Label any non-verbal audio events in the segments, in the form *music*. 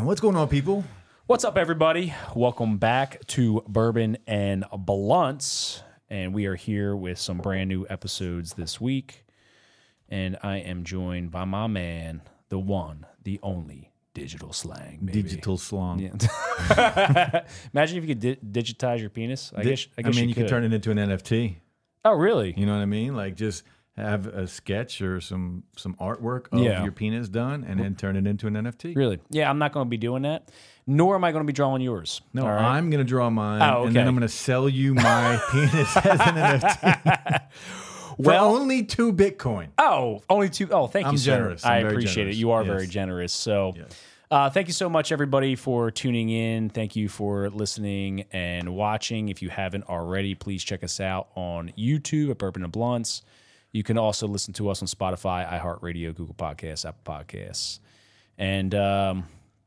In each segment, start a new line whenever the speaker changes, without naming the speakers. What's going on, people?
What's up, everybody? Welcome back to Bourbon and Blunts. And we are here with some brand new episodes this week. And I am joined by my man, the one, the only digital slang. Baby.
Digital slong.
*laughs* Imagine if you could di- digitize your penis. I
Di-
guess, I guess
mean, you
could.
could turn it into an NFT.
Oh, really?
You know what I mean? Like just have a sketch or some some artwork of
Yeah.
your penis done, and then turn it into an NFT.
Really? Yeah, I'm not going to be doing that. Nor am I going to be drawing yours.
No,
All right?
I'm gonna draw mine,
Oh,
and then
okay.
I'm gonna sell you
*laughs*
my penis as an NFT.
Well-
For only two Bitcoin.
Oh, only two. Oh, thank
I'm
you, sir.
generous.
I
I'm very
appreciate
generous.
it. You are
Yes.
very generous. So, uh, thank you so much, everybody, for tuning in. Thank you for listening and watching. If you haven't already, please check us out on YouTube at Bourbon and Blunts. You can also listen to us on Spotify, iHeartRadio, Google Podcasts, Apple Podcasts, and um,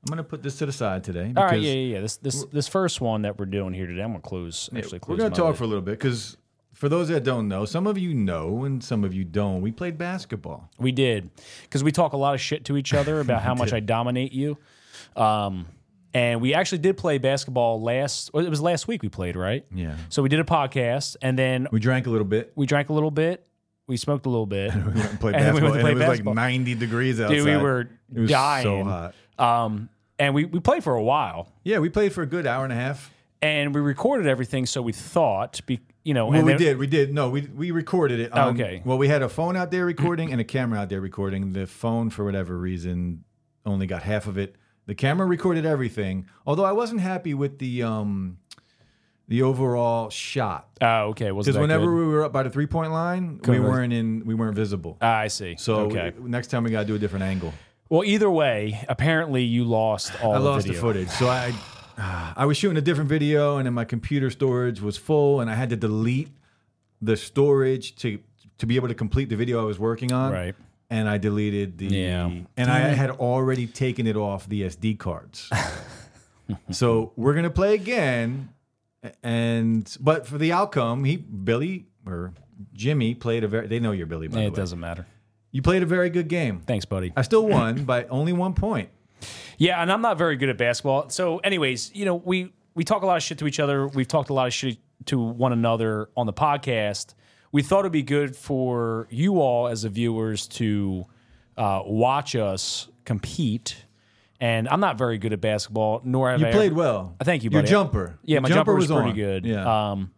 I'm gonna put this to the side today.
all right,
because
yeah, yeah, yeah. This this this first one that we're doing here today, I'm gonna close. Actually,
We're
close
going
my
to talk
lid.
for a little bit because for those that don't know, some of you know and some of you don't. We played basketball.
We did because we talk a lot of shit to each
*laughs*
other about how much I dominate you. Um, and we actually did play basketball last. well, It was last week we played, right?
Yeah.
So we did a podcast, and then
We drank a little bit.
we drank a little bit. We smoked a little bit.
*laughs* We went and played
*laughs* And then
basketball.
we went to
and
play
it was
basketball.
like 90 degrees outside.
Dude, we were
it was so
dying.
hot.
um, and we we played for a while,
Yeah, we played for a good hour and a half.
and we recorded everything. So we thought, be, you know,
Well,
and
we
then-
did. We did. No, we we recorded it. on-
Okay.
Well, we had a phone out there recording and a camera out there recording. The phone, for whatever reason, only got half of it. The camera recorded everything. Although I wasn't happy with the um, the overall shot.
Oh, okay. Was
Because whenever we were up by the three point line, we weren't in, we weren't visible.
Ah, I see.
So
okay.
we- next time we gotta do a different angle.
well, either way, apparently you lost all.
I
the
lost
video.
the footage, so I *sighs* I was shooting a different video, and then my computer storage was full, and I had to delete the storage to to be able to complete the video I was working on.
Right.
And I deleted the
Yeah.
and I had already taken it off the SD cards. *laughs* so we're gonna play again, and but for the outcome, he Billy or Jimmy played a very. They know you're Billy, by the
It
way.
doesn't matter.
You played a very good game.
Thanks, buddy.
I still won by only one point.
Yeah, and I'm not very good at basketball. So, anyways, you know, we we talk a lot of shit to each other. We've talked a lot of shit to one another on the podcast. We thought it'd be good for you all as the viewers to uh, watch us compete. And I'm not very good at basketball, nor have
You
I
played
ever-
well.
Uh, Thank you,
Your
buddy.
jumper.
Yeah,
Your
my jumper, was, pretty
on.
good.
Yeah.
Um,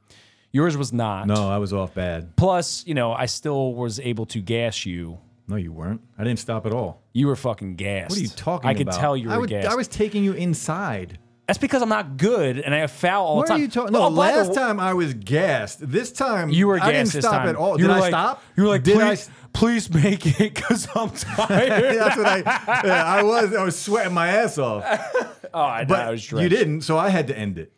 yours was not.
no, I was off bad.
Plus, you know, I still was able to gas you.
No, you weren't. I didn't stop at all.
You were fucking gassed.
What are you talking
I
about?
could tell you were
I, would-
gassed.
I was taking you inside.
That's because I'm not good and I foul all
What
the time.
are you talking? No,
Oh, by the
last
w-
time I was gassed. This time
You were
I didn't
gassed this
stop
time.
at all.
You
Did
were
I
like-
stop?
You were like,
Did I?
please,
s- *laughs*
please make it because I'm tired.
That's what I. yeah, I was. I was sweating my ass off.
oh, I,
But
I was drenched.
you didn't, so I had to end it.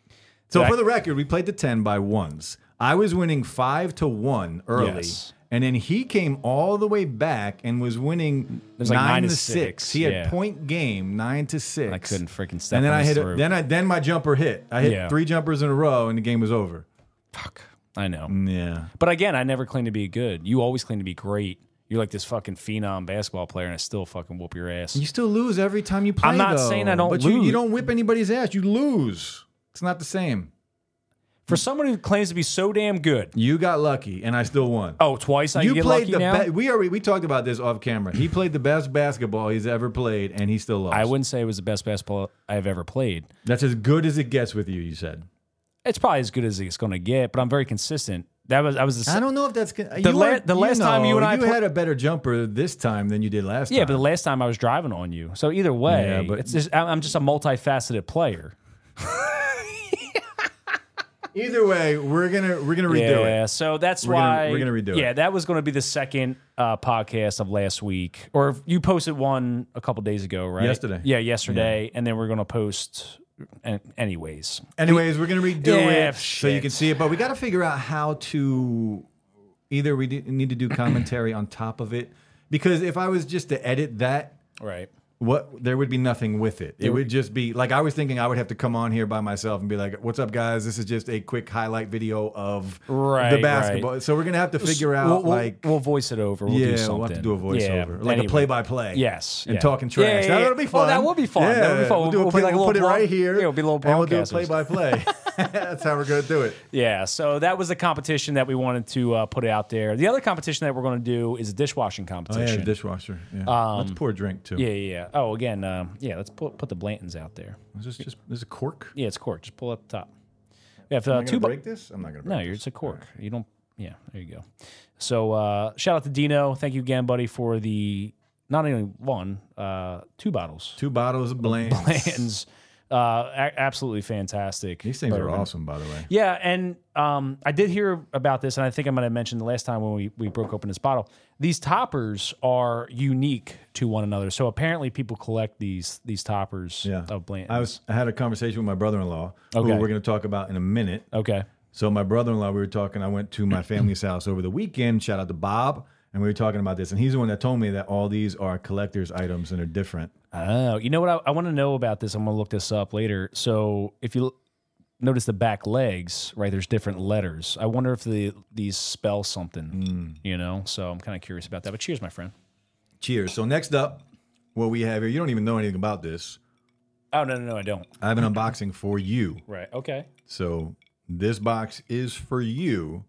So
Did I-
for the record, we played the ten by ones. I was winning five to one early,
Yes.
and then he came all the way back and was winning
was like
nine,
nine
to
to
six.
six,
He had
yeah.
point game nine to six.
I couldn't freaking step
And then
on
I
his
hit. A,
throat.
then I then my jumper hit. I hit
Yeah.
three jumpers in a row, and the game was over.
Fuck. I know.
Yeah.
But again, I never claim to be good. You always claim to be great. You're like this fucking phenom basketball player and I still fucking whoop your ass.
You still lose every time you play.
I'm not
though.
saying I don't
but You, you
lose.
don't whip anybody's ass. You lose. It's not the same.
For someone who claims to be so damn good.
You got lucky, and I still won.
Oh, twice I
you
get
played
lucky
the
now?
best. We already we talked about this off camera. He played the best basketball he's ever played, and he still lost.
I wouldn't say it was the best basketball I've ever played.
That's as good as it gets with you. You said.
It's probably as good as it's going to get, but I'm very consistent. That was I was the
I don't know if that's the
la- the last time you and I
you
pla-
had a better jumper this time than you did last
Yeah, but
time.
the last time I was driving on you. So either way,
Yeah, but-
it's just, I'm I'm just a multifaceted player.
either way, we're gonna we're gonna redo it.
yeah, so that's
gonna-
why
we're gonna redo it.
Yeah, that was going to be the second uh, podcast of last week, or you posted one a couple days ago, right?
Yesterday.
Yeah, yesterday, and then we're going to post. an- Anyways,
Anyways, we're gonna redo
Yeah,
it so you
shit.
can see it. But we got to figure out how to either we do- need to do commentary on top of it because if I was just to edit that,
right?
what there would be nothing with it. It would just be like I was thinking I would have to come on here by myself and be like, "What's up, guys? This is just a quick highlight video of
Right,
the basketball." So we're gonna have to figure out
we'll, we'll-
like,
we'll voice it over. We'll do
yeah,
something.
we'll have to do a voiceover,
Yeah,
like
anyway.
a play-by-play.
Yes,
and
yeah.
talking trash.
Yeah, yeah, yeah.
That'll be fun.
Oh, that will be fun.
Yeah,
That will be fun.
We'll do
We'll
a play.
be like a
we'll put it
little
right
blog-
here.
Yeah, we'll be little
and we'll do a
broadcasters. *laughs*
play-by-play. That's how we're gonna do it.
Yeah, so that was the competition that we wanted to uh, put out there. The other competition that we're going to do is a dishwashing
Oh, yeah,
competition.
the dishwasher. Yeah. Let's pour a drink too.
Um, yeah, yeah, yeah. Oh, again, um, yeah. Let's put put the Blantons out there.
Is this just is it cork?
Yeah, it's cork. Just pull up the top. We have uh,
Am I gonna
two. bu-
break this? I'm not gonna break.
no,
it.
you're, it's a cork. You don't. Yeah, there you go. So uh, shout out to Dino. Thank you again, buddy, for the not only one, uh, two bottles. *laughs*
Two bottles of Blands.
Blantons, uh, a- absolutely fantastic.
These things are
bourbon.
awesome, by the way.
Yeah, and um, I did hear about this, and I think I might have mentioned the last time when we, we broke open this bottle. These toppers are unique to one another, so apparently people collect these these toppers
Yeah.
of Blanton.
I was I had a conversation with my brother-in-law,
Okay.
who we're going to talk about in a minute.
okay,
So my brother-in-law, we were talking. I went to my family's house over the weekend. Shout out to Bob, and we were talking about this. And he's the one that told me that all these are collectors' items and are different.
oh, you know what? I, I want to know about this. I'm going to look this up later. So if you l- notice the back legs, right? There's different letters. I wonder if the these spell
Hmm.
something. You know, so I'm kind of curious about that. But cheers, my friend.
Cheers. So next up, what we have here, you don't even know anything about this.
Oh no, no, no, I don't.
I have an unboxing for you.
Right. Okay.
So this box is for you.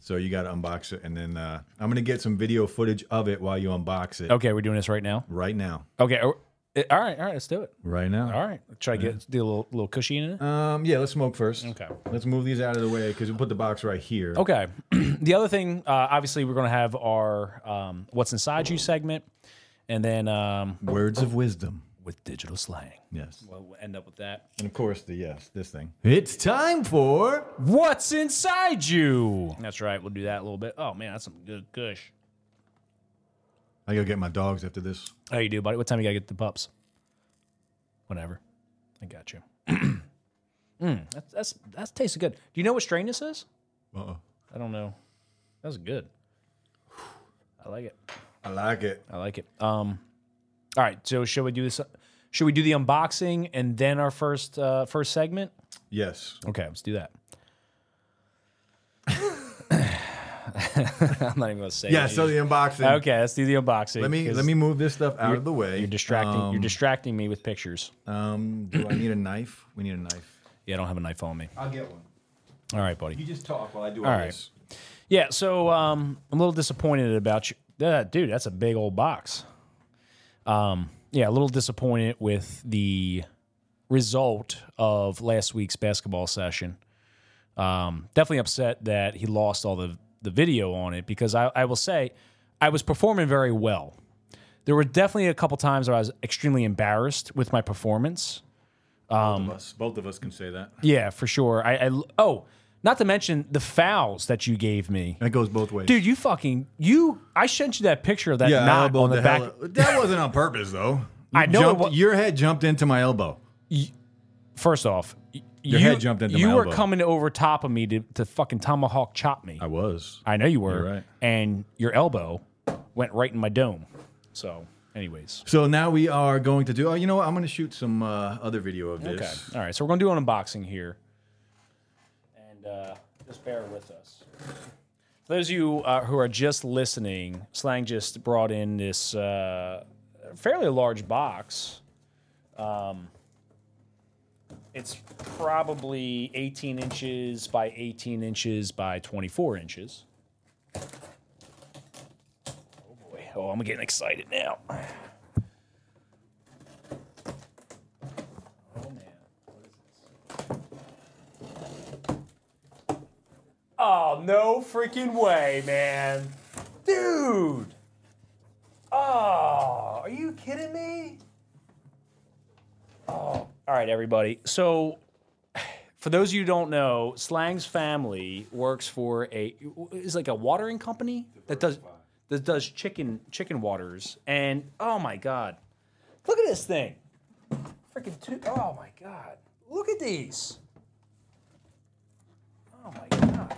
So you got to unbox it, and then uh, I'm going to get some video footage of it while you unbox it
Okay, we're doing this right now.
right now.
Okay. All right. All right. Let's do it.
Right now.
All right. Try to get do a little, little cushy in it.
Um, yeah, let's smoke first.
Okay.
Let's move these out of the way because we put the box right here.
Okay. *clears throat* the other thing, uh, obviously, we're going to have our um, "What's Inside You" segment, and then um,
Words of wisdom.
with digital slang,
Yes.
we'll, we'll end up with that.
And of course, the yes, this thing. It's time for.
What's inside you? That's right. We'll do that a little bit. Oh man, that's some good kush.
I gotta get my dogs after this.
Oh, you do, buddy. What time you got to get the pups? Whenever. I got you. *clears throat* mm, that's that's that's tasted good. Do you know what strain this is?
Uh-uh.
I don't know. That was good. I like it.
I like it.
I like it. Um, all right. So should we do this? Should we do the unboxing and then our first uh, first segment?
Yes.
Okay, let's do that. *laughs* I'm not even gonna say.
Yeah.
it.
So the unboxing.
okay, let's do the unboxing.
Let me
'cause
let me Um, move this stuff out of the way.
You're distracting. you're distracting me with pictures.
Um. Do I need a knife? We need a knife.
Yeah, I don't have a knife on me.
I'll get one.
All right, buddy.
just talk while I do
All right.
this.
Yeah, so um, I'm a little disappointed about you, uh, dude. That's a big old box. Um, yeah, a little disappointed with the result of last week's basketball session. Um, definitely upset that he lost all the the video on it because I, I will say I was performing very well. There were definitely a couple times where I was extremely embarrassed with my performance. Um,
Both, of us, both of us can say that.
Yeah, for sure. I, I oh, not to mention the fouls that you gave me.
That goes both ways.
Dude, you fucking you. I sent you that picture of that
yeah, I
knot
elbowed
on the,
the
back.
hell out- That wasn't on purpose, though.
I
You
know it
jumped-
wa-
your head jumped into my elbow.
First off, y-
Your
you,
head jumped into
You
my
were
elbow.
coming over top of me to, to fucking tomahawk chop me.
I was.
I know you were.
You're right.
And your elbow went right in my dome. So, anyways,
So now we are going to do. Oh, you know what? I'm going to shoot some uh, other video of this.
okay, all right. So we're gonna do an unboxing here, and uh, just bear with us. For those of you uh, who are just listening, Slang just brought in this uh, fairly large box. Um, it's probably 18 inches by 18 inches by 24 inches. Oh boy. Oh, I'm getting excited now. Oh man. What is this? Oh, no freaking way, man. Dude. Oh, are you kidding me? Oh, All right, everybody. So, for those of you who don't know, Slang's family works for a is like a watering company that does that does chicken chicken waters. And oh my god, look at this thing! Freaking two oh my god, look at these! Oh my god,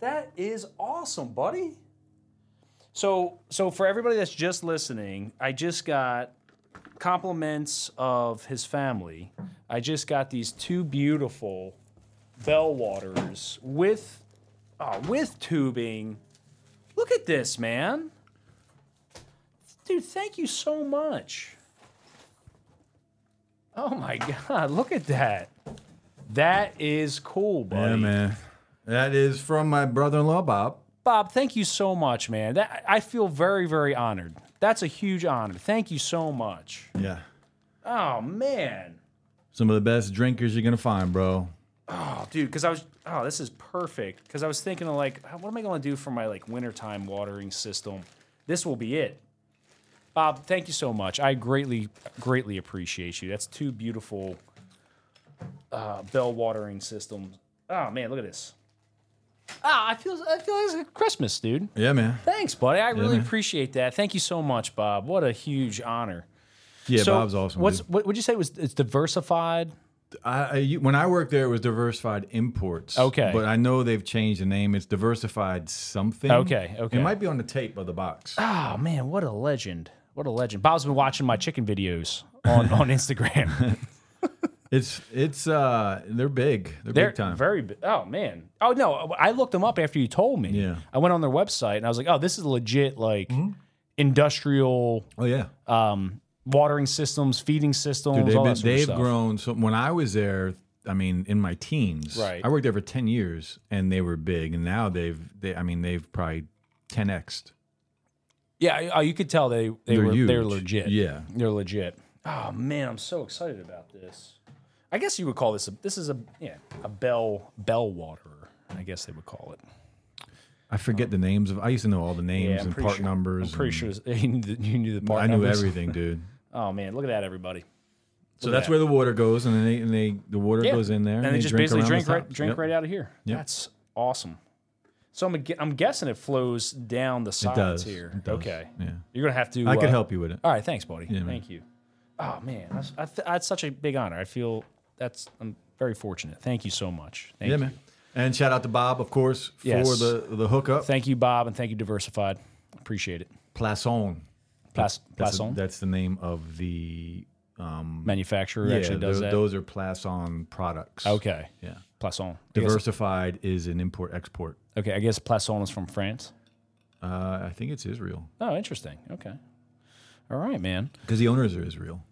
that is awesome, buddy. So, so for everybody that's just listening, I just got compliments of his family. I just got these two beautiful bell waters with oh, with tubing. Look at this, man. Dude, thank you so much. Oh my *laughs* god, look at that. That is cool, buddy.
Yeah, man. That is from my brother-in-law Bob.
Bob, thank you so much, man. That I feel very, very honored. That's a huge honor. Thank you so much.
Yeah.
Oh man.
Some of the best drinkers you're gonna find, bro.
Oh, dude, because I was oh, this is perfect. Because I was thinking of like, what am I gonna do for my like wintertime watering system? This will be it. Bob, thank you so much. I greatly, greatly appreciate you. That's two beautiful uh, bell watering systems. Oh man, look at this. Ah, I feel I feel like it's Christmas, dude.
Yeah, man.
Thanks, buddy. I really
man.
appreciate that. Thank you so much, Bob. What a huge honor.
Yeah,
so
Bob's awesome.
What's
dude.
what would you say was it's diversified?
I, I- you- when I worked there, it was Diversified Imports.
Okay.
But I know they've changed the name. It's Diversified something.
Okay, okay.
It might be on the tape of the box.
Oh man, what a legend. What a legend. Bob's been watching my chicken videos
*laughs*
on, on Instagram.
It's it's uh they're big. They're,
They're
big time.
very bi- oh man. Oh no, I looked them up after you told me.
Yeah. Mm-hmm.
I went on their website and I was like, oh, this is legit like industrial
oh yeah.
um, watering systems, feeding systems,
Dude, they've
all
been,
that sort of
they've
stuff.
grown. So when I was there, I mean, in my teens,
Right.
I worked there for ten years, and they were big. And now they've, they, I mean, they've probably ten xed.
Yeah, oh, you could tell they they
They're
were
huge.
they're legit.
Yeah.
They're legit. Oh man, I'm so excited about this. I guess you would call this a this is a yeah, a bell bell waterer. I guess they would call it.
I forget the names of. I used to know all the names and
pretty
part
sure-
numbers.
I'm pretty
and-
sure it's- *laughs* you knew the, you knew the part
I knew
numbers.
everything,
*laughs*
dude.
Oh man, look at that, everybody.
So that's where the water goes, and then they, and they the water goes in there,
and, they, just
drink
basically
around
drink
the
right,
top.
drink
Yep.
right out of here. That's awesome. So I'm, gu- I'm guessing it flows down the sides
does.
here.
It does.
Okay,
Yeah.
you're gonna have to.
I could
uh,
help you with it.
All right, thanks, buddy.
man.
Thank you. Oh man, that's, I th- that's such a big honor. I feel that's I'm very fortunate. Thank you so much. Thank
Yeah,
you.
man. And shout out to Bob, of course, for
Yes.
the the hookup.
Thank you, Bob, and thank you, Diversified. Appreciate it.
Plason.
Plas-
That's,
Plasson
that's the name of the
manufacturer actually does
tho-
that.
Those are Plason products.
okay,
Yeah.
Plasson. I guess-
Diversified is an import export.
Okay, I guess Plasson is from France.
Uh, I think it's Israel
Oh, interesting. Okay. All right, man.
because the owners are Israel,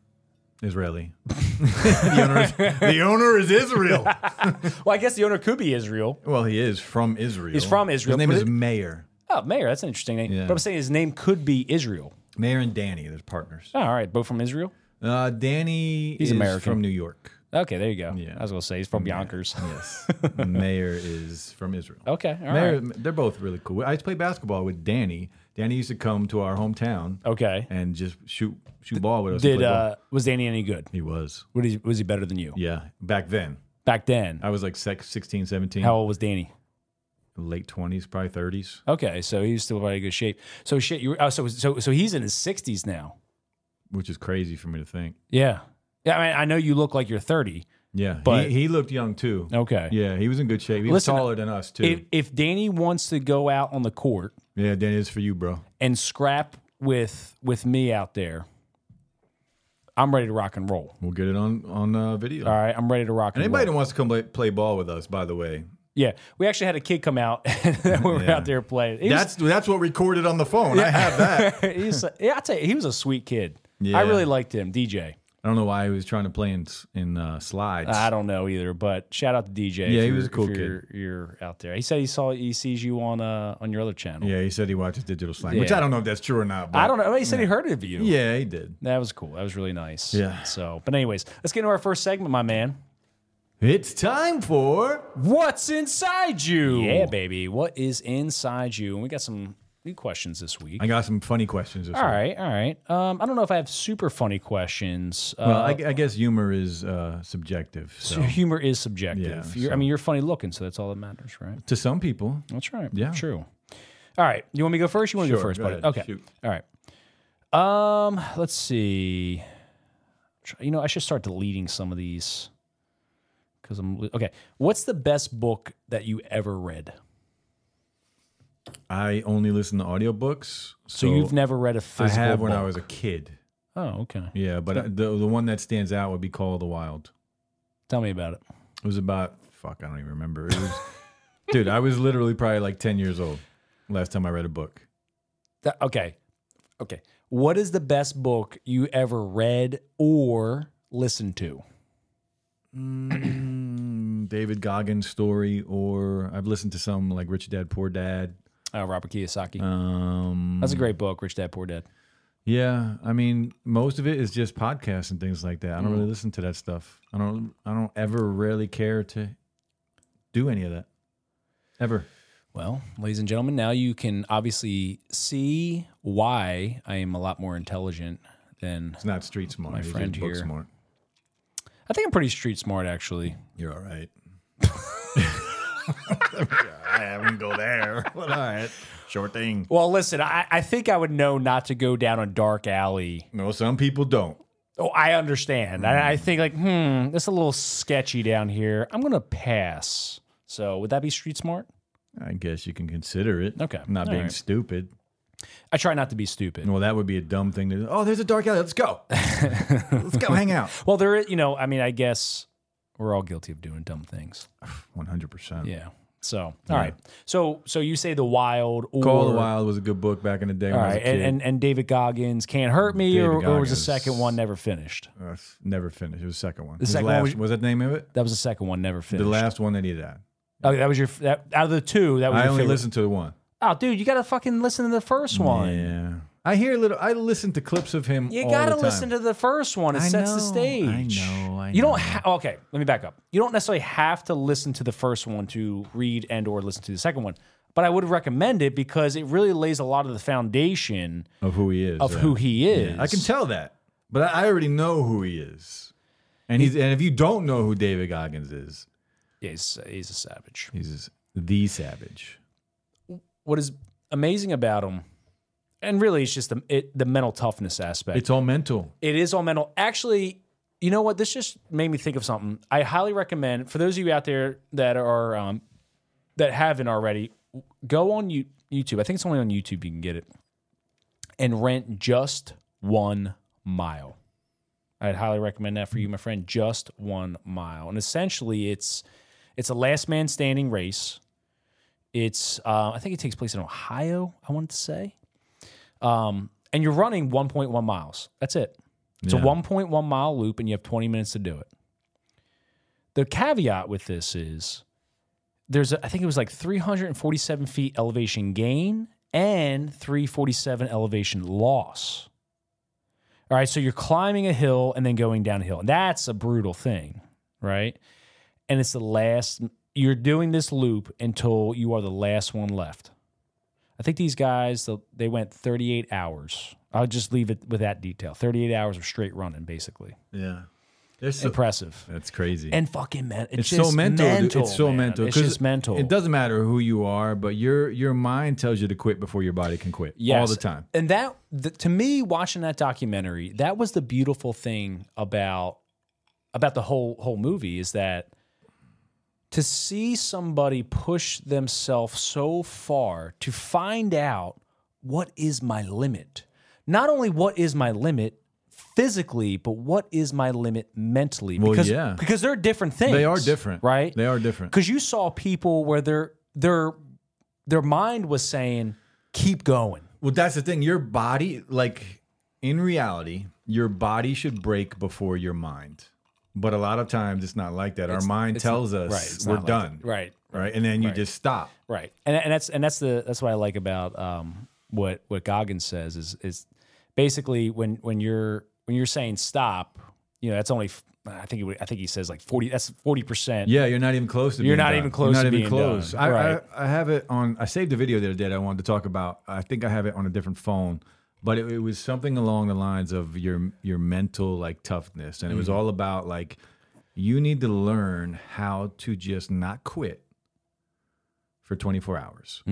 Israeli. *laughs* the, owner is, the owner is
*laughs*
Israel.
Well, I guess the owner could be Israel.
Well, he is from Israel.
He's from Israel,
His name
but
is
it-
Mayor.
Oh, Mayor, that's an interesting name.
Yeah.
But I'm saying his name could be Israel.
Mayor and Danny, they're partners.
Oh, all right, both from Israel.
Uh, Danny
He's
is
American.
from New York.
Okay, there you go.
Yeah.
I was gonna say he's from Yonkers. *laughs*
Yes. Mayor is from Israel.
Okay, Oh, all right.
Mayor, They're both really cool. I used to play basketball with Danny. Danny used to come to our hometown
Okay. And
and just shoot shoot ball with us. and
Did
play ball.
uh, was Danny any good?
he was.
Was he, was he better than you
Yeah. Back then.
back then?
I was like sec- 16, 17,
How old was Danny?
late 20s, probably 30s.
Okay, so he was still in pretty good shape. So shit, you were, oh, so so so he's in his 60s now.
Which is crazy for me to think.
Yeah. Yeah, I mean, I know you look like you're 30.
Yeah.
But-
he, he looked young too.
Okay.
Yeah, he was in good shape. He
Listen,
was taller than us too.
If if Danny wants to go out on the court
yeah, Danny, it's for you, bro.
and scrap with with me out there, I'm ready to rock and roll.
We'll get it on on uh, video.
All right, I'm ready to rock and
Anybody
roll.
that wants to come play, play ball with us, by the way,
Yeah, we actually had a kid come out *laughs* when we were out there playing. He was,
that's that's what recorded on the phone. I have
*laughs*
that.
he was, yeah, I tell you, he was a sweet kid. I
Yeah.
really liked him, DJ.
I don't know why he was trying to play in s- in uh, slides.
I don't know either, but shout out to DJ. if
he
you're-
was a cool
if you're, You're out there. He said he saw he sees you on uh on your other channel.
yeah, he said he watches digital slang, which
Yeah.
I don't know if that's true or not. But
I don't know. He said he heard of you.
Yeah, he did.
That was cool. That was really nice.
Yeah.
So, but anyways, let's get into our first segment, my man.
It's time for
What's inside you? Yeah, baby. What is inside you? And we got some new questions this week.
I got some funny questions. This
all
week.
right, all right. Um, I don't know if I have super funny questions. Uh,
Well, I, I guess humor is uh, subjective. So.
*laughs* humor is subjective.
Yeah,
you're, I mean, you're funny looking, so that's all that matters, right?
To some people,
That's right.
Yeah.
True. All right. You want me to go first? You want to go
Sure,
first,
go
buddy?
ahead.
Okay.
Shoot.
All right. Um, let's see. Try- You know, I should start deleting some of these because I'm okay. What's the best book that you ever read?
I only listen to audiobooks.
So, you've never read a
I
physical.
have when I
book.
was a kid.
Oh, okay.
Yeah, but I- the the one that stands out would be Call of the Wild.
Tell me about it.
It was about fuck, I don't even remember. It was,
*laughs*
dude, I was literally probably like ten years old last time I read a book.
That- okay. Okay. What is the best book you ever read or listened to?
Mm, David Goggins story, or I've listened to some like Rich Dad Poor Dad.
Uh, Robert Kiyosaki.
Um,
That's a great book, Rich Dad Poor Dad.
yeah, I mean, most of it is just podcasts and things like that. I don't really listen to that stuff. I don't. I don't ever really care to do any of that ever.
Well, ladies and gentlemen, now you can obviously see why I am a lot more intelligent than
It's not street smart. My
friend
book
here-
smart.
I think I'm pretty street smart actually.
You're all
*laughs*
right. *laughs* I wouldn't go there, *laughs* but all right, sure thing.
Well, listen, I, I think I would know not to go down a dark alley.
No, some people don't.
Oh, I understand. I, I think like, hmm, this is a little sketchy down here. I'm gonna pass. So would that be street smart?
I guess you can consider it.
Okay.
not
All
being
right.
stupid.
I try not to be stupid.
Well, that would be a dumb thing to do. Oh, there's a dark alley. Let's
*laughs*
go. Let's go hang out.
Well, there is, you know, I mean, I guess we're all guilty of doing dumb things.
100%.
Yeah. So, all right. So, so you say the wild or
Call of the Wild was a good book back in the day.
All
when I was
right,
a kid.
and, and and David Goggins can't hurt me,
David
or, or was the
Goggins.
second one never finished?
Uh, never finished. It was the second one. The
second one
last,
was-
was that the name of it?
That was the second one never
The
finished.
last one that he had.
okay, that was your that, out of the two. That was
I
your
only
favorite.
listened to the one.
Oh, dude, you gotta fucking listen to the first one.
Yeah. I hear little. I listen to clips of him.
You
all
gotta
the time.
listen to the first one. It
I
sets the
know, I
stage.
know, I
you
know.
don't. Ha- okay, let me back up. You don't necessarily have to listen to the first one to read and or listen to the second one, but I would recommend it because it really lays a lot of the foundation
of who he is.
of who he is.
I can tell that, but I I already know who he is. And he's and if you don't know who David Goggins is,
Yeah, he's, he's a savage.
he's the savage.
What is amazing about him, and really, it's just the it, the mental toughness aspect.
It's all mental.
It is all mental. Actually, you know what? This just made me think of something. I highly recommend for those of you out there that are um, that haven't already, go on you, YouTube. I think it's only on YouTube you can get it, and rent just one mile. I'd highly recommend that for you, my friend. Just one mile, and essentially, it's it's a last man standing race. It's uh, I think it takes place in Ohio. I wanted to say, um, and you're running 1.1 miles. That's it. It's a
Yeah.
1.1 mile loop, and you have 20 minutes to do it. The caveat with this is there's a, I think it was like 347 feet elevation gain and 347 elevation loss. All right, so you're climbing a hill and then going downhill. And that's a brutal thing, right? And it's the last you're doing this loop until you are the last one left. I think these guys the- they went 38 hours. I'll just leave it with that detail. 38 hours of straight running basically.
Yeah. There's so-
Impressive.
that's crazy.
And fucking man, it's,
it's
just
so mental. dude. it's so
man.
mental.
It's
'Cause
just mental.
It doesn't matter who you are, but your your mind tells you to quit before your body can quit. All
Yes.
the time.
And that, th to me, watching that documentary, that was the beautiful thing about about the whole whole movie is that to see somebody push themselves so far to find out what is my limit. Not only what is my limit physically, but what is my limit mentally? Well, because,
yeah.
because they're different things.
They are different.
right?
They are different.
because you saw people where their their their mind was saying keep going
Well, that's the thing. Your body, like in reality, your body should break before your mind. But a lot of times it's not like that. Our mind tells us
it's
we're
not like
done.
that. Right,
Right. And then you just stop.
right and, and that's and that's the that's what i like about um what what goggins says is is basically when when you're when you're saying stop you know that's only f- i think it would, i think he says like 40 that's 40%
Yeah, you're not even close to
You're
being
not
done.
even close
You're
to
not even
being
close.
done.
I,
Right.
I, I have it on I saved a video the other day that I wanted to talk about. I think I have it on a different phone, but it, it was something along the lines of your your mental like toughness. And it was
Mm-hmm.
all about like you need to learn how to just not quit for 24 hours.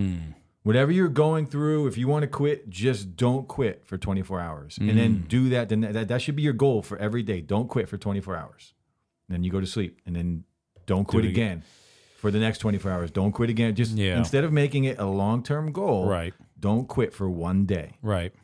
Whatever you're going through, if you want to quit, just don't quit for 24 hours. And
Mm.
then do that, then that that should be your goal for every day. Don't quit for 24 hours. Then you go to sleep and then don't quit again for the next 24 hours. Don't quit again. Just
Yeah.
instead of making it a long term goal,
Right.
don't quit for one day.
Right.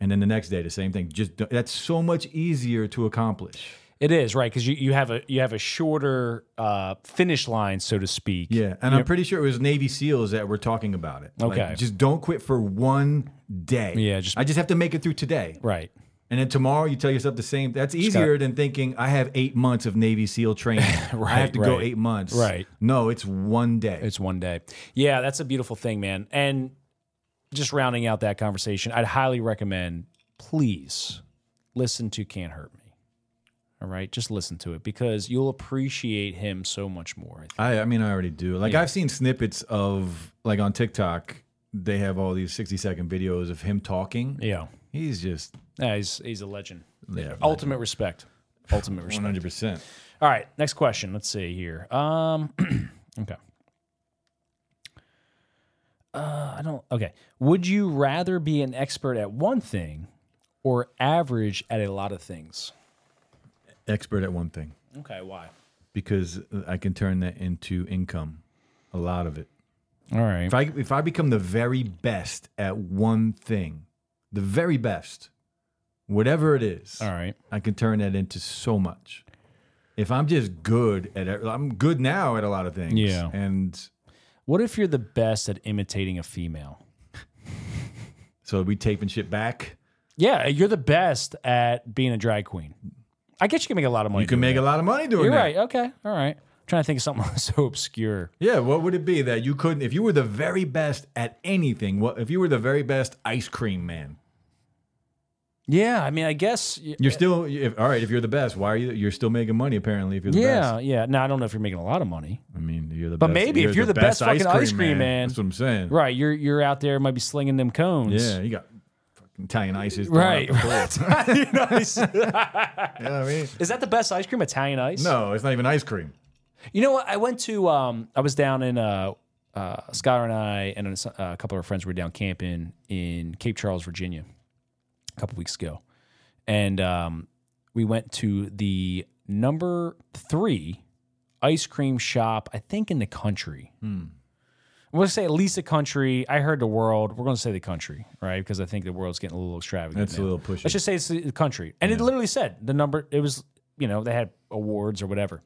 And then the next day, the same thing. Just don't- that's so much easier to accomplish.
It is right because you, you have a you have a shorter uh, finish line, so to speak.
Yeah, and I'm pretty sure it was Navy SEALs that were talking about it. Like,
Okay.
just don't quit for one day.
Yeah, just-
I just have to make it through today,
Right.
and then tomorrow you tell yourself the same. That's easier than thinking I have eight months of Navy
*laughs*
SEAL training. I have
Right,
to go
right.
eight months.
Right.
No, it's one day.
It's one day. Yeah, that's a beautiful thing, man. And just rounding out that conversation, I'd highly recommend please listen to Can't Hurt Me. All right, just listen to it because you'll appreciate him so much more. I think.
I, I mean, I already do. Like, I've seen snippets of, like, on TikTok, they have all these 60 second videos of him talking.
Yeah.
He's just,
Yeah, he's, he's a legend.
yeah,
Ultimate respect. Ultimate *laughs* respect.
100%.
All right, next question. Let's see here. Um, *clears throat* okay. Uh, I don't. Okay. Would you rather be an expert at one thing or average at a lot of things?
Expert at one thing
Okay. Why?
because I can turn that into income, a lot of it.
All right.
If I, if I become the very best at one thing, the very best, whatever it is,
All right.
I can turn that into so much. If I'm just good at, it- I'm good now at a lot of things.
Yeah.
And
What if you're the best at imitating a female?
so we taping shit back.
Yeah, you're the best at being a drag queen. I guess you can make a lot of money.
You can make a lot of money doing
You're
that.
right. Okay. All right. I'm trying to think of something *laughs* so obscure.
Yeah, what would it be that you couldn't if you were the very best at anything? What if you were the very best ice cream man?
Yeah. I mean, I guess.
You're still if, all right. If you're the best, why are you? You're still making money apparently. If you're the
Yeah.
best,
Yeah. Now I don't know if you're making a lot of money.
I mean, you're the. But
maybe if you're the best fucking ice cream man.
that's what I'm saying.
Right, you're you're out there might be slinging them cones.
Yeah, you got fucking Italian ices. thrown out
*laughs* Right.
the door.
Italian ice. *laughs*
you know what I mean?
Is that the best ice cream? Italian ice?
No, it's not even ice cream.
You know what? I went to um I was down in uh uh Skylar and I and a, a couple of our friends were down camping in Cape Charles, Virginia a couple weeks ago. And um we went to the number 3 ice cream shop I think in the country.
Hmm.
I'm going to say at least the country. I heard the world. We're going to say the country, right? Because I think the world's getting a little extravagant.
That's a
now.
little pushy.
Let's just say it's the country. And it literally said the number, it was, you know, they had awards or whatever.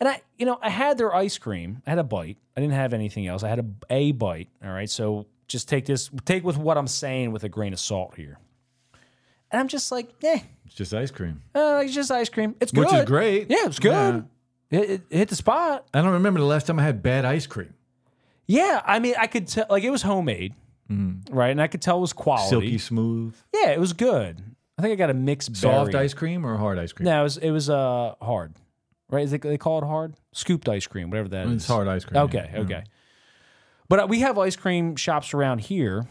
And I, you know, I had their ice cream. I had a bite. I didn't have anything else. I had a, a bite. All right. So just take this, take with what I'm saying with a grain of salt here. And I'm just like, eh,
It's just ice cream.
uh, it's just ice cream. It's good.
Which is great.
Yeah, it's good. It, it- it hit the spot.
I don't remember the last time I had bad ice cream.
Yeah. I mean, I could tell, like, it was homemade. Right. And I could tell it was quality.
Mm. Silky smooth,
Yeah, it was good. I think I got a mixed berry.
soft ice cream or hard ice cream?
No, it was it was uh hard, right? Is it, they call it hard, scooped ice cream, whatever that is.
It's hard ice cream.
Okay, okay. But uh, we have ice cream shops around here.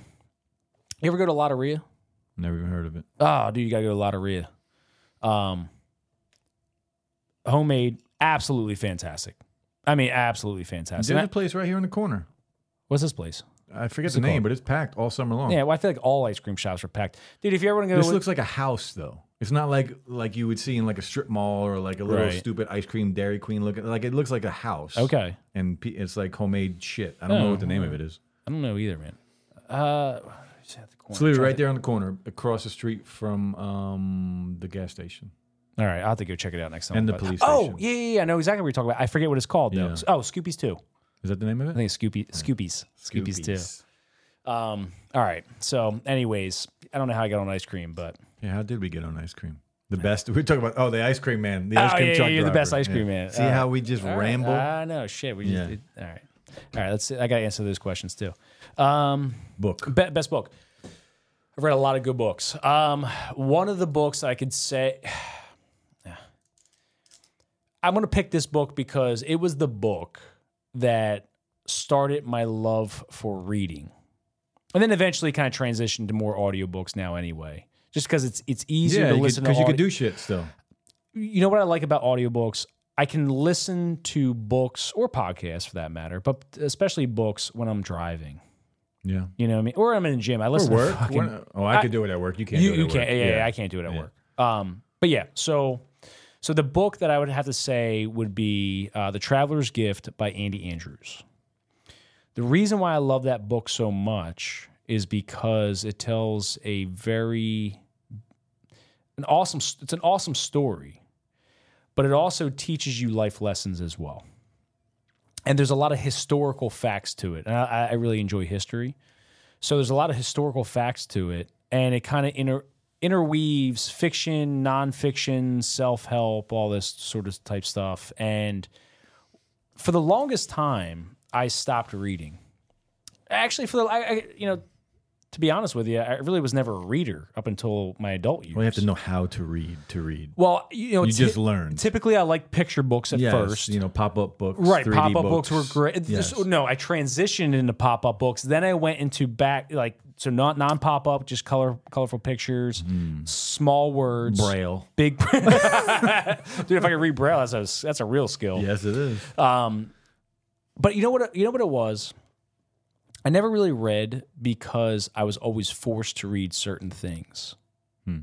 You ever go to Lotteria?
Mm. Never even heard of it.
Oh, dude, you gotta go to Lotteria. Um, homemade, absolutely fantastic. I mean, absolutely fantastic.
There's
And
a
I-
place right here in the corner.
what's this place?
I forget the name, but it's packed all summer long.
Yeah, well, I feel like all ice cream shops are packed, dude. If you ever want to go,
This
with-
looks like a house, though. It's not like like you would see in like a strip mall or like a little
Right.
stupid ice cream Dairy Queen looking. Like it looks like a house.
okay. Oh,
And pe- it's like homemade shit. I don't know what the name of it is.
I don't know either, man. Uh, it's at the corner.
It's literally right there on the corner, across the street from um, the gas station.
All right, I'll have to go check it out next time.
And the
But-
police
Oh,
station.
yeah, yeah, yeah, I know exactly what you're talking about. I forget what it's called though.
Yeah.
Oh, Scoopies too.
Is that the name of
I
it?
think it's Scoopy, Scoopies, Scoopies
Scoopies.
too. Um, all right. So, anyways, I don't know how I got on ice cream, but
Yeah. How did we get on ice cream? The best. We're talking about oh the ice cream man. The ice
Oh,
cream
yeah,
truck
yeah, you're the
driver.
best ice cream man.
See
Uh,
how we just ramble?
I know shit. We just
Yeah.
it- all right. All right. Let's. See. I got to answer those questions too. Um,
Book.
Be- best book. I've read a lot of good books. Um, one of the books I could say, *sighs* I'm going to pick this book because it was the book that started my love for reading, and then eventually kind of transitioned to more audiobooks now. Anyway, just because it's it's easier
Yeah,
to
because
listen
you,
to
could- 'cause you
audi-
could do shit still.
you know what I like about audiobooks? I can listen to books or podcasts for that matter, but especially books when I'm driving.
Yeah.
You know what I mean? Or I'm in the gym. I
Or
listen
work.
to fucking
When- oh, I, could do it at work. You can't.
you,
do it
you
at
can't.
Work.
Yeah, yeah, I can't do it at work. Um, but yeah, so So the book that I would have to say would be uh, The Traveler's Gift by Andy Andrews. The reason why I love that book so much is because it tells a very an awesome it's an awesome story, but it also teaches you life lessons as well. And there's a lot of historical facts to it, and I, I really enjoy history. So there's a lot of historical facts to it, and it kind of inter- interweaves fiction, nonfiction, self help, all this sort of type stuff. And for the longest time, I stopped reading. Actually, for the I, I, you know, to be honest with you, I really was never a reader up until my adult years.
Well, you have to know how to read to read.
Well, you know,
You
ty-
just learned.
Typically, I like picture books at
Yes,
first.
you know, pop up books.
Right,
3D
pop up books. were great.
Yes.
So, no, I transitioned into pop up books. Then I went into back like so not non pop up, just color colorful pictures,
Mm.
small words,
Braille.
big. *laughs* Dude, if I could read braille, that's a that's a real skill.
Yes, it is.
But you know what? You know what it was. I never really read because I was always forced to read certain things.
Hmm.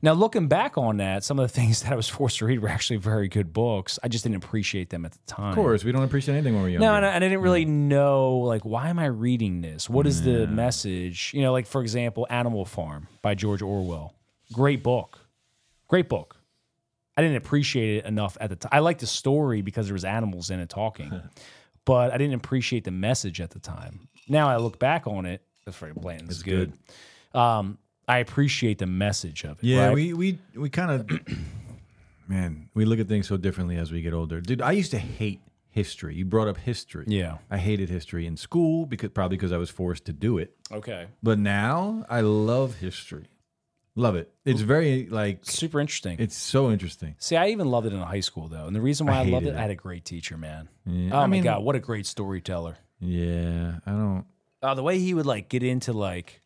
Now looking back on that, some of the *laughs* things that I was forced to read were actually very good books. I just didn't appreciate them at the time.
of course, we don't appreciate anything when we're younger.
No, and I, and I didn't really know like why am I reading this? What is the message? You know, like for example, Animal Farm by George Orwell. Great book. Great book. I didn't appreciate it enough at the time. I liked the story because there was animals in it *laughs* talking, but I didn't appreciate the message at the time. Now I look back on it. That's very bland. It's good. Um, I appreciate the message of it.
Yeah,
right?
we we we kind of *clears throat* man, we look at things so differently as we get older. Dude, I used to hate history. You brought up history.
Yeah.
I hated history in school because probably because I was forced to do it.
okay.
But now I love history. Love it. It's very like
Super interesting.
it's so interesting.
See, I even loved it in high school though, and the reason why I, loved it,
hated
I had a great teacher, man.
Yeah.
Oh
I
my
mean-
god, what a great storyteller!
Yeah, I don't
Uh, the way he would like get into like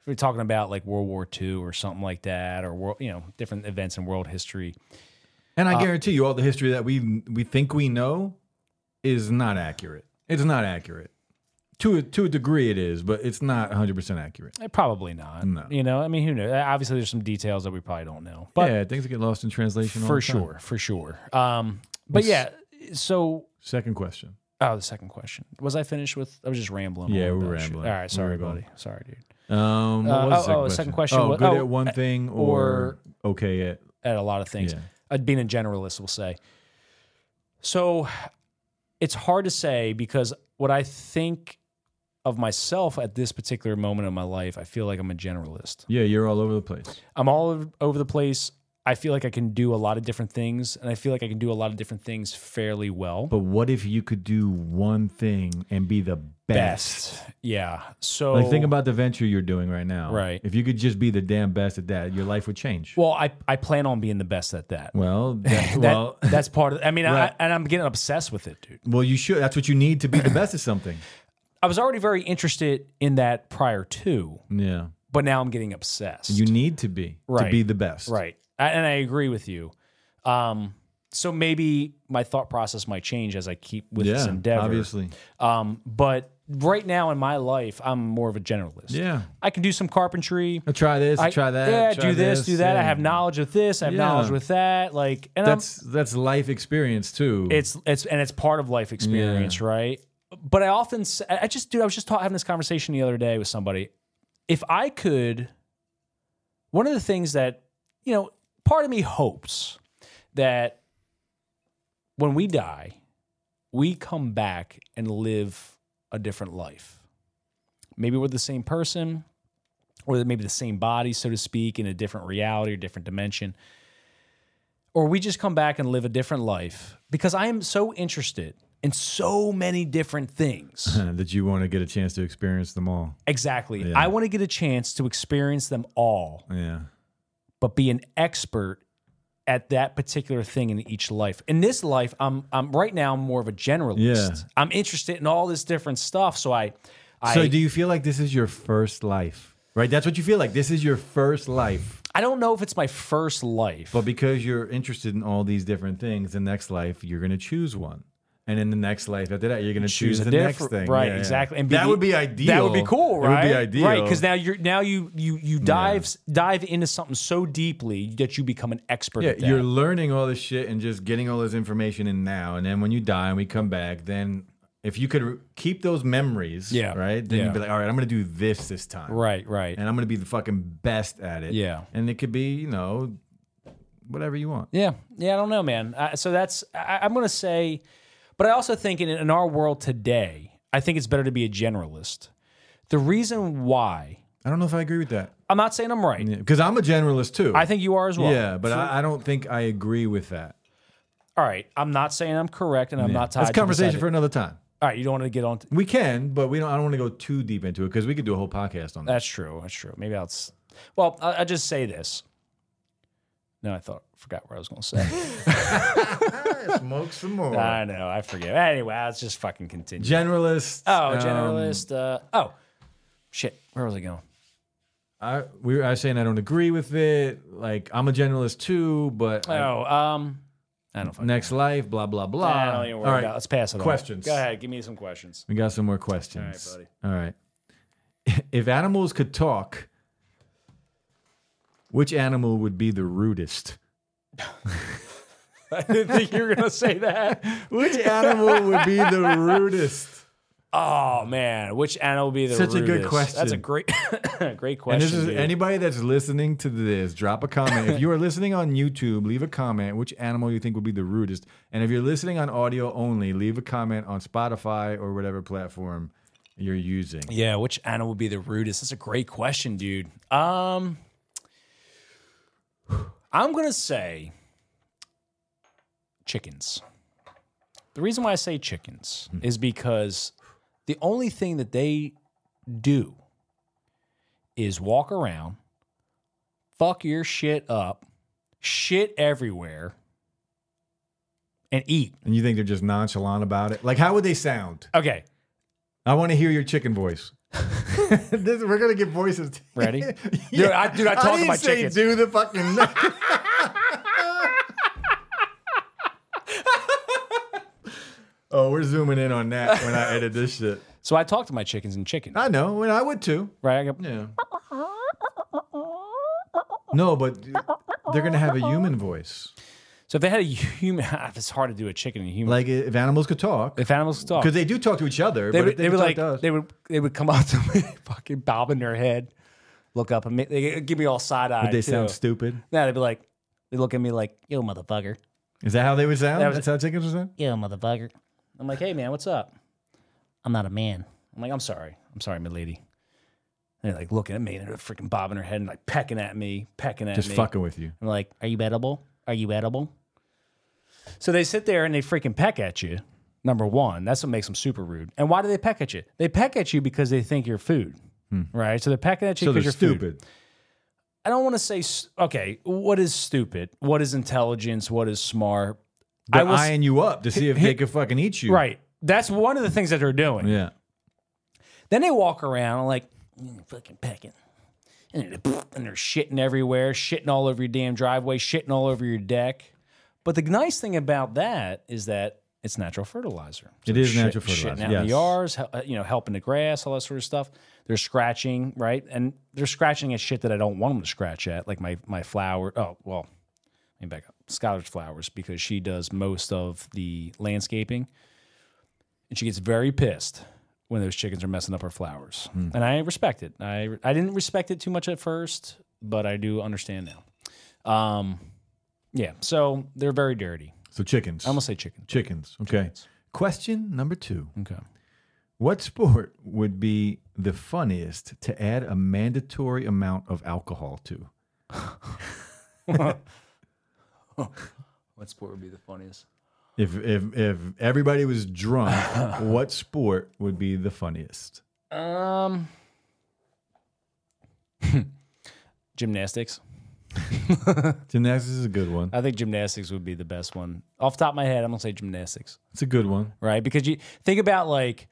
if we're talking about like World War II or something like that, or world, you know, different events in world history.
And I
Uh,
guarantee you all the history that we we think we know is not accurate. It's not accurate. To a, to a degree it is, but it's not 100% accurate.
Eh, Probably not.
No.
You know, I mean, who knows? Uh, Obviously, there's some details that we probably don't know, but
yeah, things get lost in translation all
for
the time.
sure, for sure. Um, but yeah, so
Second question.
oh, the second question was I finished with? I was just rambling.
Yeah,
on
we were
about shit.
rambling.
All right,
We
sorry,
were going.
buddy. Sorry, dude.
Um,
Uh,
what was the
oh, oh, second question
Oh,
was-
good
oh,
at one thing or, okay at
at a lot of things.
Yeah.
Uh, being a generalist, we'll say. So it's hard to say because what I think of myself at this particular moment in my life, I feel like I'm a generalist.
yeah, you're all over the place.
I'm all ov- over the place. I feel like I can do a lot of different things, and I feel like I can do a lot of different things fairly well.
But what if you could do one thing and be the best?
Yeah. So
Like think about the venture you're doing right now.
Oh. Right.
If you could just be the damn best at that, your life would change.
well, I, I plan on being the best at that. *laughs*
Well, that,
That-
well, *laughs*
that's part of. I mean,
Right.
I, and I'm getting obsessed with it, dude.
well, you should. That's what you need to be the best at something.
*coughs* I was already very interested in that prior to,
Yeah,
but now I'm getting obsessed.
you need to be to
Right.
be the best.
Right. I, and I agree with you. Um, so maybe my thought process might change as I keep with this
Yeah,
endeavor.
obviously.
Um, but right now in my life, I'm more of a generalist.
Yeah.
I can do some carpentry.
I'll try this.
I,
try that.
Yeah,
try
do this, do that. I
yeah.
have knowledge with this. I have
Yeah.
knowledge with that. Like, and I'm,
That's that's life experience too.
it's it's and it's part of life experience, right? But I often s- I I just dude, I was just ta- having this conversation the other day with somebody. If I could, one of the things that you know, part of me hopes that when we die, we come back and live a different life. Maybe we're the same person, or maybe the same body, so to speak, in a different reality or different dimension or we just come back and live a different life because I am so interested in so many
*laughs*
different things.
*laughs* that you want to get a chance to experience them all.
exactly. I want to get a chance to experience them all,
Yeah.
but be an expert at that particular thing in each life. In this life, I'm I'm right now I'm more of a generalist.
Yeah.
I'm interested in all this different stuff, so I I,
So do you feel like this is your first life? Right? That's what you feel like. This is your first life.
I don't know if it's my first life.
But because you're interested in all these different things, the next life you're going to choose one. And in the next life after that, you're going to
choose
choose
a
the next
different-
thing.
right,
Yeah, yeah.
exactly.
that
the-
would be ideal.
That would be cool, right?
That would be ideal.
right? Because now you're now you you you dive dive into something so deeply that you become an expert.
yeah,
at that.
you're learning all this shit and just getting all this information in now. And then when you die and we come back, then if you could re- keep those memories,
Yeah.
right? Then
Yeah.
you'd be like, all right, I'm going to do this this time,
right, right.
And I'm going to be the fucking best at it.
Yeah.
And it could be, you know, whatever you want.
Yeah, yeah, I don't know, man. I, so that's I, I'm gonna say, but I also think in, in our world today, I think it's better to be a generalist. The reason why
I don't know if I agree with that
I'm not saying I'm right.
because I'm a generalist too.
I think you are as well.
yeah, but I, I don't think I agree with that.
All right, I'm not saying I'm correct, and I'm not tied.
That's
to the
conversation
side-
for another time.
All right, you don't want to get on. To,
We can, but we don't. I don't want to go too deep into it because we could do a whole podcast on that.
that's true. That's true. Maybe I'll. s- Well, I, I just say this. No, I thought forgot what I was
*laughs*
gonna say.
Smoke some more.
I know, I forget. Anyway, let's just fucking continue.
generalist.
oh,
um,
generalist. uh, oh, shit. Where was I going?
I we were, I was saying I don't agree with it. Like I'm a generalist too, but I-
Oh, um, I don't fucking.
next life, blah blah blah.
I don't even worry
All right,
about it. Let's pass it on.
Questions.
Go ahead. Give me some questions. *laughs*
we got some more questions.
All right,
buddy. All right. *laughs* If animals could talk, which animal would be the rudest?
*laughs* I didn't think you were going to say
*laughs*
that.
Which animal would be the rudest?
Oh, man. Which animal would be the
Such a good
rudest? That's a
question.
great, great *coughs* question.
And this is
dude.
anybody that's listening to this, drop a comment. if you are listening on YouTube, leave a comment which animal you think would be the rudest. And if you're listening on audio only, leave a comment on Spotify or whatever platform you're using.
yeah, which animal would be the rudest? That's a great question, dude. Um, I'm going to say chickens. The reason why I say chickens is because the only thing that they do is walk around, fuck your shit up, shit everywhere, and eat.
And you think they're just nonchalant about it? Like, how would they sound?
Okay.
I want to hear your chicken voice. *laughs* This- we're gonna get voices. *laughs*
Ready?
yeah.
Dude, I- dude, I talk to
didn't
my
say
chickens.
Do the fucking. *laughs* oh, we're zooming in on that when I edit this shit.
So I talk to my chickens and chickens,
I know. Well, I would too.
right? I go,
Yeah. No, but they're gonna have a human voice.
So if they had a human, *laughs* it's hard to do a chicken and a human.
Like if animals could talk,
if animals could talk,
because they do talk to each other.
they
but
would,
if they,
they
could
would
talk
like
to us,
they would they would come *laughs* out to me, fucking bobbing their head, look up at me, they give me all side eye.
they
too.
sound stupid.
Yeah, they'd be like, they look at me like, yo, motherfucker.
Is that how they would sound?
was-
That's how chickens would sound.
Yo, motherfucker. I'm like, hey, man, what's up? I'm not a man. I'm like, I'm sorry. I'm sorry, my lady. And they're like looking at me and they're freaking bobbing her head and like pecking at me, pecking at
Just
me.
fucking with you.
I'm like, are you edible? Are you edible? So they sit there and they freaking peck at you. Number one, that's what makes them super rude. And why do they peck at you? They peck at you because they think you're food, right? So they're pecking at you
So
because
they're
you're food.
stupid.
I don't want to say s- okay. What is stupid? What is intelligence? What is smart?
They're
I was
eyeing you up to see if they could fucking eat you.
right. That's one of the things that they're doing.
Yeah.
Then they walk around like "Mm, fucking pecking, and they're, *laughs* and they're shitting everywhere, shitting all over your damn driveway, shitting all over your deck. But the nice thing about that is that it's natural fertilizer. So
It
they're
is natural fertilizer,
Shitting out in
yes.
the yards, hel- uh, you know, helping the grass, all that sort of stuff. They're scratching, right? And they're scratching at shit that I don't want them to scratch at, like my my flower. Oh well, let me back up. Skylar's flowers because she does most of the landscaping and she gets very pissed when those chickens are messing up her flowers. And I respect it. I I didn't respect it too much at first, but I do understand now. Um, yeah. So they're very dirty.
So chickens.
I'm gonna say chicken.
chickens. Okay. Question number two.
Okay.
What sport would be the funniest to add a mandatory amount of alcohol to?
What sport would be the funniest?
If if if everybody was
*laughs*
drunk, what sport would be the funniest?
Um, *laughs* gymnastics.
Gymnastics is a good one.
I think gymnastics would be the best one. Off the top of my head, I'm gonna say gymnastics.
It's a good one.
Right? Because you think about like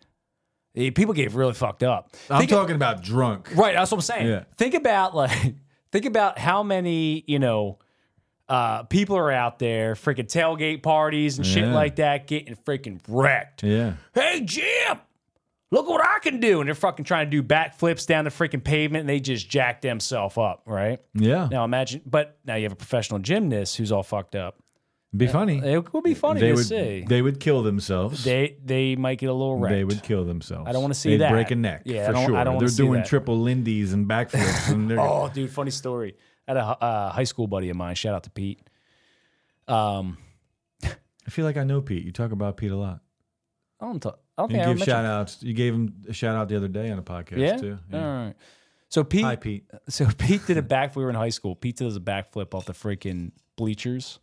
eh, people get really fucked up.
I'm
Think-
talking about drunk.
Right, that's what I'm saying. *laughs*
Yeah.
Think about like think about how many, you know, Uh, people are out there, freaking tailgate parties and shit
Yeah.
like that, getting freaking wrecked.
Yeah.
Hey, Jim, look what I can do. And they're fucking trying to do backflips down the freaking pavement and they just jack themselves up, right?
Yeah.
Now imagine, but now you have a professional gymnast who's all fucked up.
Be funny.
It would be funny
they
to
would
see.
they would kill themselves. They,
They they might get a little wrecked.
would kill themselves. I
don't wanna see
They'd
that.
Break a neck
Yeah, I
for
don't- I
sure.
don't wanna
they're
see
doing
that.
triple Lindy's and backflips. And they're,
*laughs* Oh, dude, funny story. I had a uh, high school buddy of mine. Shout out to Pete. Um,
I feel like I know Pete. You talk about Pete a lot.
I don't, t- I don't
You
think I
give
ever mentioned.
shout outs. You gave him a shout out the other day on a podcast
yeah?
too.
All right. So Pete,
Hi Pete. *laughs*
so Pete did a back. We were in high school. Pete does a backflip off the freaking bleachers.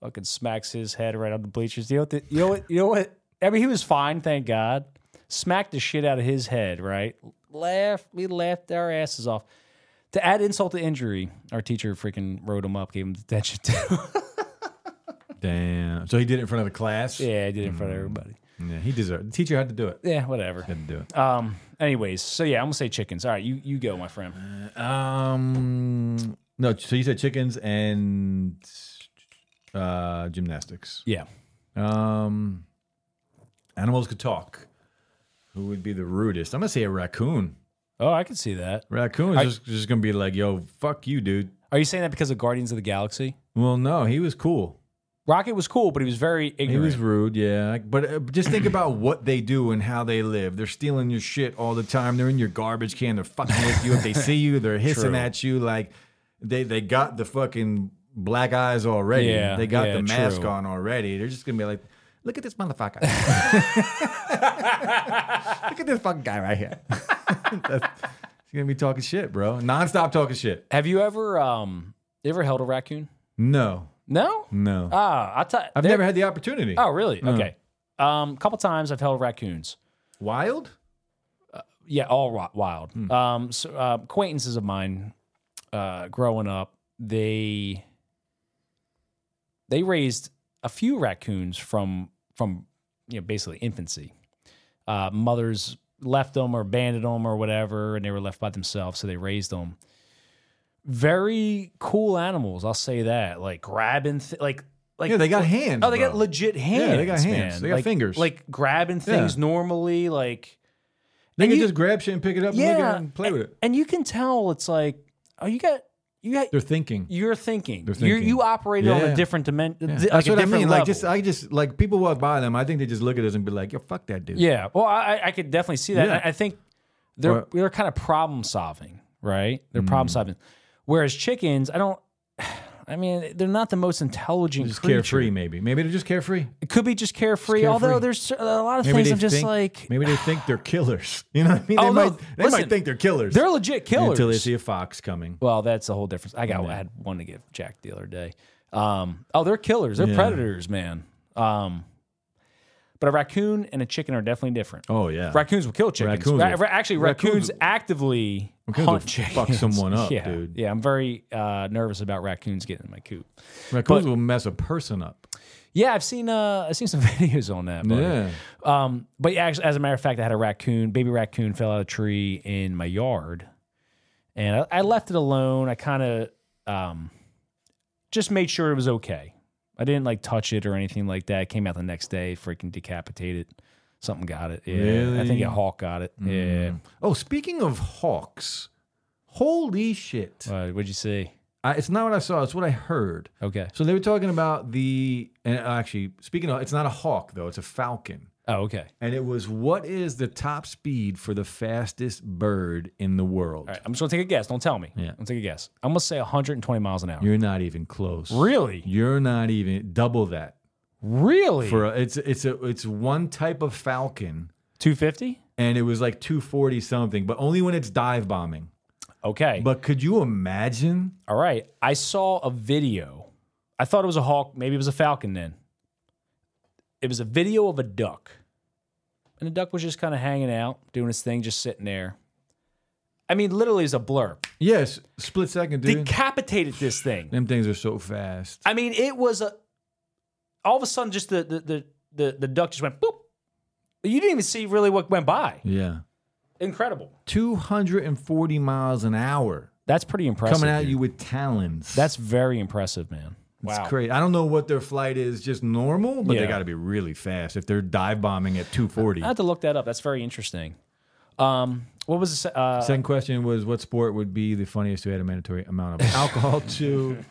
Fucking smacks his head right on the bleachers. You know what? The, you know what? You know what? I mean, he was fine, thank God. Smacked the shit out of his head. Right? Laughed. We laughed our asses off. To add insult to injury, our teacher freaking wrote him up, gave him detention *laughs* too.
Damn. So he did it in front of the class.
yeah, I did it in
Mm.
front of everybody.
Yeah, he deserved. The teacher had to do it.
Yeah, whatever.
Had to do it.
Um. Anyways, so yeah, I'm gonna say chickens. All right, you you go, my friend.
Um. No. So you said chickens and uh, gymnastics.
Yeah.
Um. Animals could talk. Who would be the rudest? I'm gonna say a raccoon.
Oh, I can see that.
Raccoon is just, just gonna be like, "Yo, fuck you, dude."
Are you saying that because of Guardians of the Galaxy?
Well, no, he was cool.
Rocket was cool, but he was very
He
ignorant.
was rude, yeah. But uh, just think about what they do and how they live. They're stealing your shit all the time. They're in your garbage can. They're fucking with you. If they see you, they're hissing
True.
at you. Like they they got the fucking black eyes already.
Yeah,
they got
yeah,
the mask
true.
on already. They're just gonna be like, look at this *laughs* motherfucker. look at this fucking guy right here. *laughs* That's- He's gonna be talking shit, bro. Nonstop talking shit.
Have you ever um you ever held a raccoon?
No,
No.
no.
Ah, I thought
I've never Mm. had the opportunity.
Oh, really? Okay. Um, couple times I've held raccoons.
Wild?
Yeah, all ro- wild.
Hmm.
Um, so, uh, acquaintances of mine, uh, growing up, they they raised a few raccoons from from you know basically infancy. Uh, mothers left them or abandoned them or whatever, and they were left by themselves, so they raised them. Very cool animals, I'll say that. Like grabbing, th- like like
Yeah, they got hands.
Oh, they
bro.
got legit hands.
they got hands.
man.
They got
Like-
fingers.
Like grabbing things normally. Like
They
And
can
you-
just grab shit and pick it up and look at
yeah,
it and play with it.
And you can tell it's like, oh, you got you got
They're thinking.
you're thinking.
They're
You're,
thinking.
you operated on
Yeah.
a different dimension. Like
That's
a
what I
different
mean.
Level.
Like just I just like people walk by them, I think they just look at us and be like, Yo, fuck that dude.
yeah. Well, I, I could definitely see that.
Yeah.
I I think they're
Or-
they're kind of problem solving, right?
Mm-hmm.
They're problem solving. Whereas chickens, I don't. I mean, they're not the most intelligent
Just
creature.
carefree, maybe. Maybe they're just carefree.
It could be just carefree.
carefree.
Although there's cer- a lot of
Maybe
things
they
I'm just
think,
like
Maybe
*sighs*
they think they're killers. *laughs* You know what I mean? They,
Oh, no,
might, they
listen.
might think they're killers.
they're legit killers
until they see a fox coming.
Well, that's the whole difference. I got I had one to give Jack the other day. Um, oh, they're killers. They're predators, man. Um, but a raccoon and a chicken are definitely different.
Oh yeah.
Raccoons will kill chickens.
Raccoons
Ra-
will-
ra- actually, raccoons,
raccoons-
actively
Raccoons
hunt
will
chickens.
fuck someone up,
*laughs* yeah,
dude.
Yeah, I'm very uh, nervous about raccoons getting in my coop.
Raccoons will mess a person up.
Yeah, I've seen uh, I've seen some *laughs* videos on that. Buddy.
Yeah.
Um, but yeah, actually, as a matter of fact, I had a raccoon, baby raccoon, fell out of a tree in my yard, and I, I left it alone. I kind of um, just made sure it was okay. I didn't like touch it or anything like that. It came out the next day, freaking decapitated. Something got it. Yeah, I think
Really?
a hawk got it.
Oh, speaking of hawks, holy shit!
Yeah. Uh, what'd you see?
I, it's not what I saw. It's what I heard.
Okay.
So they were talking about the and uh, actually speaking of, it's not a hawk though. It's a falcon.
Oh, okay.
and it was what is the top speed for the fastest bird in the world?
All right. I'm just gonna take a guess. Don't tell me.
Yeah.
I'm gonna take a guess. I'm gonna say 120 miles an hour.
You're not even close.
really?
You're not even double that.
Really?
For a, it's it's a it's one type of falcon
250?
and it was like 240 something, but only when it's dive bombing.
Okay.
But could you imagine?
All right. I saw a video. I thought it was a hawk. Maybe it was a falcon then. It was a video of a duck. And the duck was just kind of hanging out, doing its thing, just sitting there. I mean, literally, it's a blurb.
Yes, split second, dude.
Decapitated this thing.
Them things are so fast.
I mean, it was a. All of a sudden, just the the the the, the duck just went boop. You didn't even see really what went by.
Yeah.
Incredible.
240 miles an hour
That's pretty impressive.
coming at
dude.
you with talons.
That's very impressive, man.
It's
Wow.
crazy. I don't know what their flight is, just normal, but
Yeah.
they got to be really fast if they're dive bombing at 240.
*laughs* I had to look that up. That's very interesting. Um, what was the se- uh,
Second question was what sport would be the funniest who had a mandatory amount
*laughs*
of alcohol to? *laughs*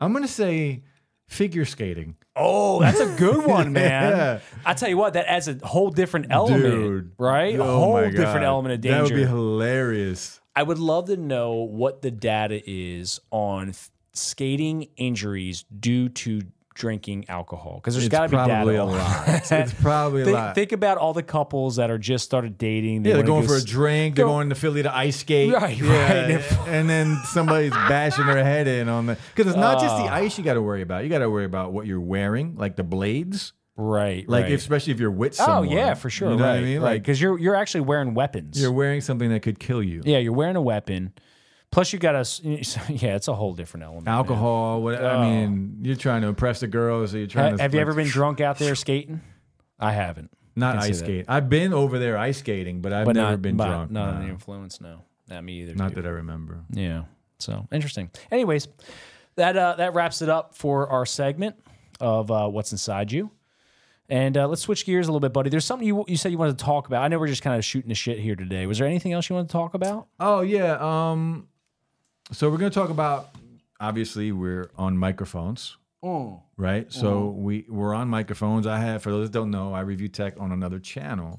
I'm going to say figure skating.
Oh, that's *laughs* a
*laughs*
good one, man.
Yeah.
I tell you what, that adds a whole different element,
Dude.
right? a
Oh
whole
my God.
different element of
That
danger.
would be hilarious.
I would love to know what the data is on f- skating injuries due to drinking alcohol because there's
It's
got to be
probably
data.
a
on
lot.
that. *laughs*
It's probably a
Think-
lot.
Think about all the couples that are just started dating. They
Yeah, they're
wanna
going
go
for a
s-
drink. They're
go-
going to Philly to ice skate. *laughs*
Right, *laughs*
yeah,
right.
And then somebody's bashing their head in on the because it's not
Ah.
just the ice you got to worry about. You got to worry about what you're wearing, like the blades,
right,
like
right.
especially if you're with
oh
someone.
yeah, for sure.
You know
right,
what I mean? Like
because you're you're actually wearing weapons.
you're wearing something that could kill you.
yeah, you're wearing a weapon. Plus, you got to. *laughs* Yeah, it's a whole different element. man.
Alcohol. What I mean, you're trying to impress the girls. So you're trying
Oh.
to.
Ha- Uh, have you
like,
ever been drunk out
*laughs*
there skating? I haven't.
Not
can see
ice
that.
skating. I've been over there ice skating, but I've
But
never
not,
been
but
drunk.
Not
no.
under the influence, no. Not me either.
Not
dude.
that I remember.
Yeah. So interesting. Anyways, that uh, that wraps it up for our segment of uh, what's inside you. And uh, let's switch gears a little bit, buddy. There's something you you said you wanted to talk about. I know we're just kind of shooting the shit here today. Was there anything else you wanted to talk about?
Oh yeah. Um, so we're gonna talk about. Obviously, we're on microphones, right? So we we're on microphones. I have for those that don't know, I review tech on another channel.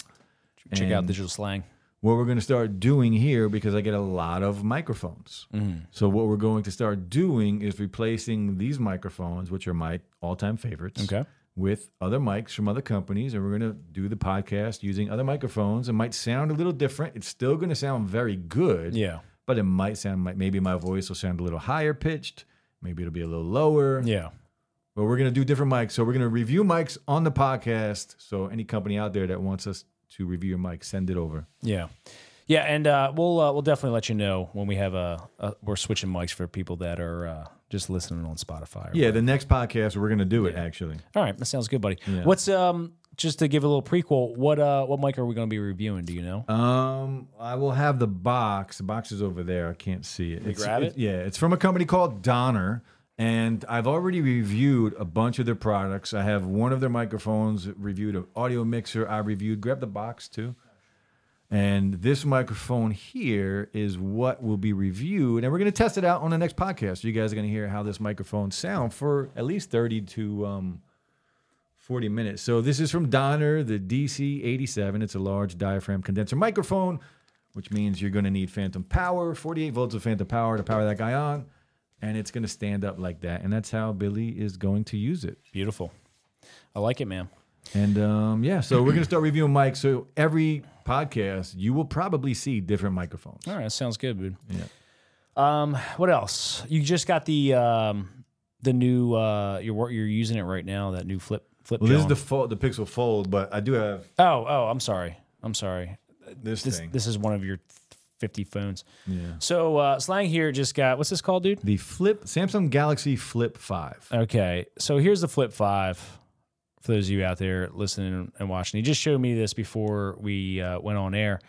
Check out
And-
digital slang.
What we're gonna start doing here because I get a lot of microphones. So what we're going to start doing is replacing these microphones, which are my all-time favorites.
Okay.
With other mics from other companies, and we're gonna do the podcast using other microphones. It might sound a little different. It's still gonna sound very good
Yeah.
but it might sound like maybe my voice will sound a little higher pitched. Maybe it'll be a little lower.
Yeah.
But we're going to do different mics. So we're going to review mics on the podcast. So any company out there that wants us to review your mic, send it over.
Yeah. Yeah, and uh, we'll uh, we'll definitely let you know when we have a, a we're switching mics for people that are uh, just listening on Spotify. or
Yeah, the next podcast we're going to do it actually.
All right, that sounds good, buddy. What's um just to give a little prequel, what uh what mic are we going to be reviewing? Do you know?
Um, I will have the box. The box is over there. I can't see it. It's-
grab it?
Yeah, it's from a company called Donner, and I've already reviewed a bunch of their products. I have one of their microphones reviewed, an audio mixer I reviewed. Grab the box too. And this microphone here is what will be reviewed, and we're going to test it out on the next podcast. You guys are going to hear how this microphone sound for at least thirty to um, forty minutes. So this is from Donner, the DC eighty seven. It's a large diaphragm condenser microphone, which means you're going to need phantom power, forty eight volts of phantom power to power that guy on, and it's going to stand up like that. And that's how Billy is going to use it.
Beautiful. I like it, man.
And um, yeah, so we're going to
*clears throat*
start reviewing mics. So every podcast, you will probably see different microphones.
All right, that sounds good, dude.
Yeah.
Um, what else? You just got the um the new uh you're wor- you're using it right now, that new flip flip.
Well, this is
John.
the fold, the Pixel Fold, but I do have
oh, oh, I'm sorry. I'm sorry.
this,
This
thing.
this is one of your 50 phones.
yeah.
So, uh Slang here just got what's this called, dude?
The Flip Samsung Galaxy Flip Five.
Okay, so here's the flip five for those of you out there listening and watching. He just showed me this before we uh, went on air.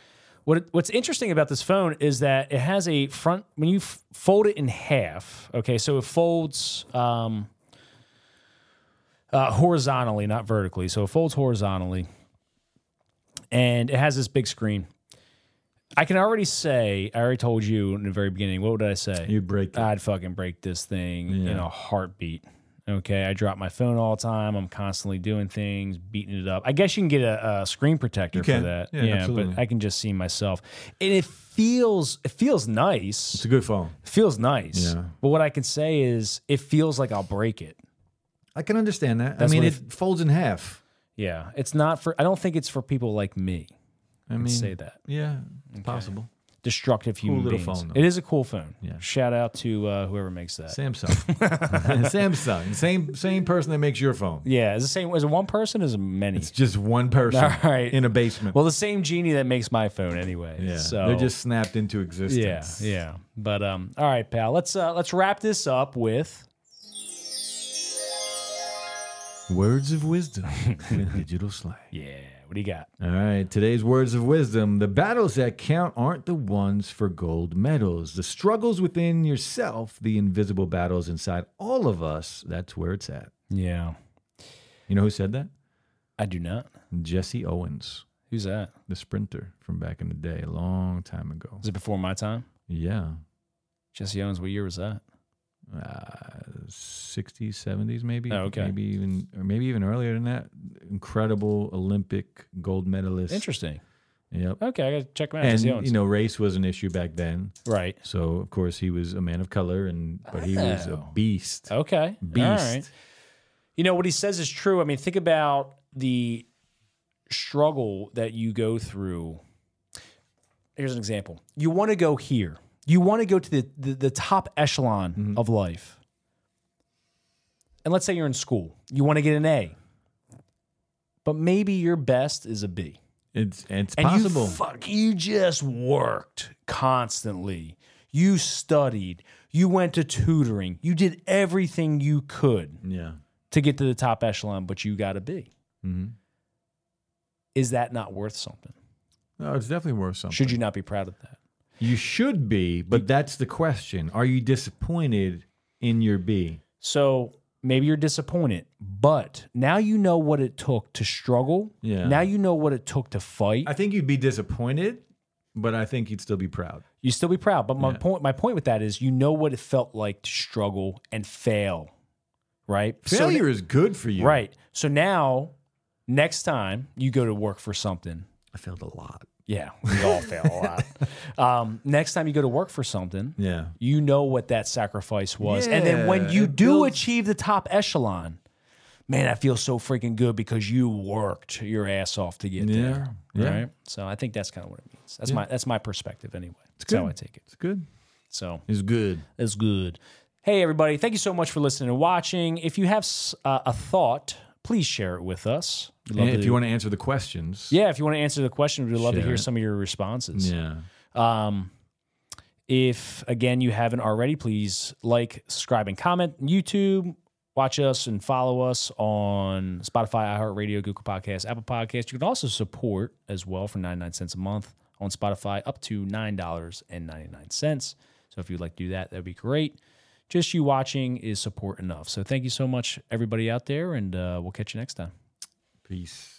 What What's interesting about this phone is that it has a front when you f- fold it in half. Okay, so it folds um, uh, horizontally, not vertically. So it folds horizontally, and it has this big screen. I can already say, I already told you in the very beginning. What did I say?
You break it.
I'd fucking break this thing in a heartbeat. Okay, I drop my phone all the time. I'm constantly doing things, beating it up. I guess you can get a, a screen protector for
can.
that.
Yeah, absolutely.
but I can just see myself, and it feels it feels nice.
It's a good phone.
It feels nice.
Yeah.
But what I can say is, it feels like I'll break it.
I can understand that.
That's
I mean,
what
it folds in half.
Yeah, it's not for. I don't think it's for people like me.
I mean,
Say that
yeah, it's possible.
destructive human
little
beings.
phone, though.
it is a cool phone.
Yeah.
Shout out to uh, whoever makes that.
Samsung, *laughs* Samsung, same same person that makes your phone.
Yeah, is the same. Is it one person? or Is it many?
It's just one
*laughs*
person
All right.
in a basement.
Well, the same genie that makes my phone anyway.
yeah,
So
they're just snapped into
yeah,
existence.
yeah. But um, all right, pal. Let's uh, let's wrap this up with
Words of
*laughs*
wisdom with digital slang.
Yeah. What do you got?
All right, today's words of wisdom. The battles that count aren't the ones for gold medals. The struggles within yourself, the invisible battles inside all of us, that's where it's at.
Yeah.
You know who said that?
I do not.
Jesse Owens,
Who's that?
the sprinter from back in the day, a long time ago.
Was it before my time?
Yeah.
Jesse Owens, what year was that?
Uh, 60s, 70s, maybe.
Oh, okay.
Maybe even, or maybe even earlier than that. Incredible Olympic gold medalist.
Interesting. Oh,
Yep.
Okay, I gotta check him out.
And
Jesse Owens.
you know, race was an issue back then.
right.
So of course he was a man of color, and but he was a
Oh.
beast.
Okay.
Beast.
All right. You know what he says is true. I mean, think about the struggle that you go through. Here's an example. You want to go here. You want to go to the the, the top echelon of life. And let's say you're in school. You want to get an A. But maybe your best is a B.
It's it's
And
possible.
you fuck, you just worked constantly. You studied. You went to tutoring. You did everything you could
yeah.
to get to the top echelon, but you got to be.
Mhm.
Is that not worth something?
No, it's definitely worth something.
Should you not be proud of that?
you should be, but that's the question. Are you disappointed in your B?
So maybe you're disappointed, but now you know what it took to struggle.
Yeah.
Now you know what it took to fight.
I think you'd be disappointed, but I think you'd still be proud.
you still be proud. But my
Yeah.
point, my point with that is, you know what it felt like to struggle and fail, right? So
Failure is good for you.
Right. So now, next time you go to work for something,
I failed a lot.
yeah, we
*laughs*
all fail a lot. Um, next time you go to work for something,
Yeah.
you know what that sacrifice was. and then when
Yeah,
you
it
do
builds-
achieve the top echelon, man, I feel so freaking good because you worked your ass off to get
Yeah.
there.
Yeah.
Right. So I think that's kind of what it means. That's my that's my perspective anyway. That's how
good.
I take it.
It's good.
So
It's good.
that's good. Hey, everybody. Thank you so much for listening and watching. If you have s- uh, a thought, please share it with us. We'd love
And if
to-
you want to answer the questions.
yeah, if you want to answer the question, we'd love to
Share
hear
it.
some of your responses.
Yeah.
Um, if, again, you haven't already, please like, subscribe, and comment on YouTube. Watch us and follow us on Spotify, iHeartRadio, Google Podcasts, Apple Podcasts. You can also support as well for 99 cents a month on Spotify, up to $9.99. So if you'd like to do that, that'd be great. Just you watching is support enough. So thank you so much, everybody out there, and uh, we'll catch you next time.
Peace.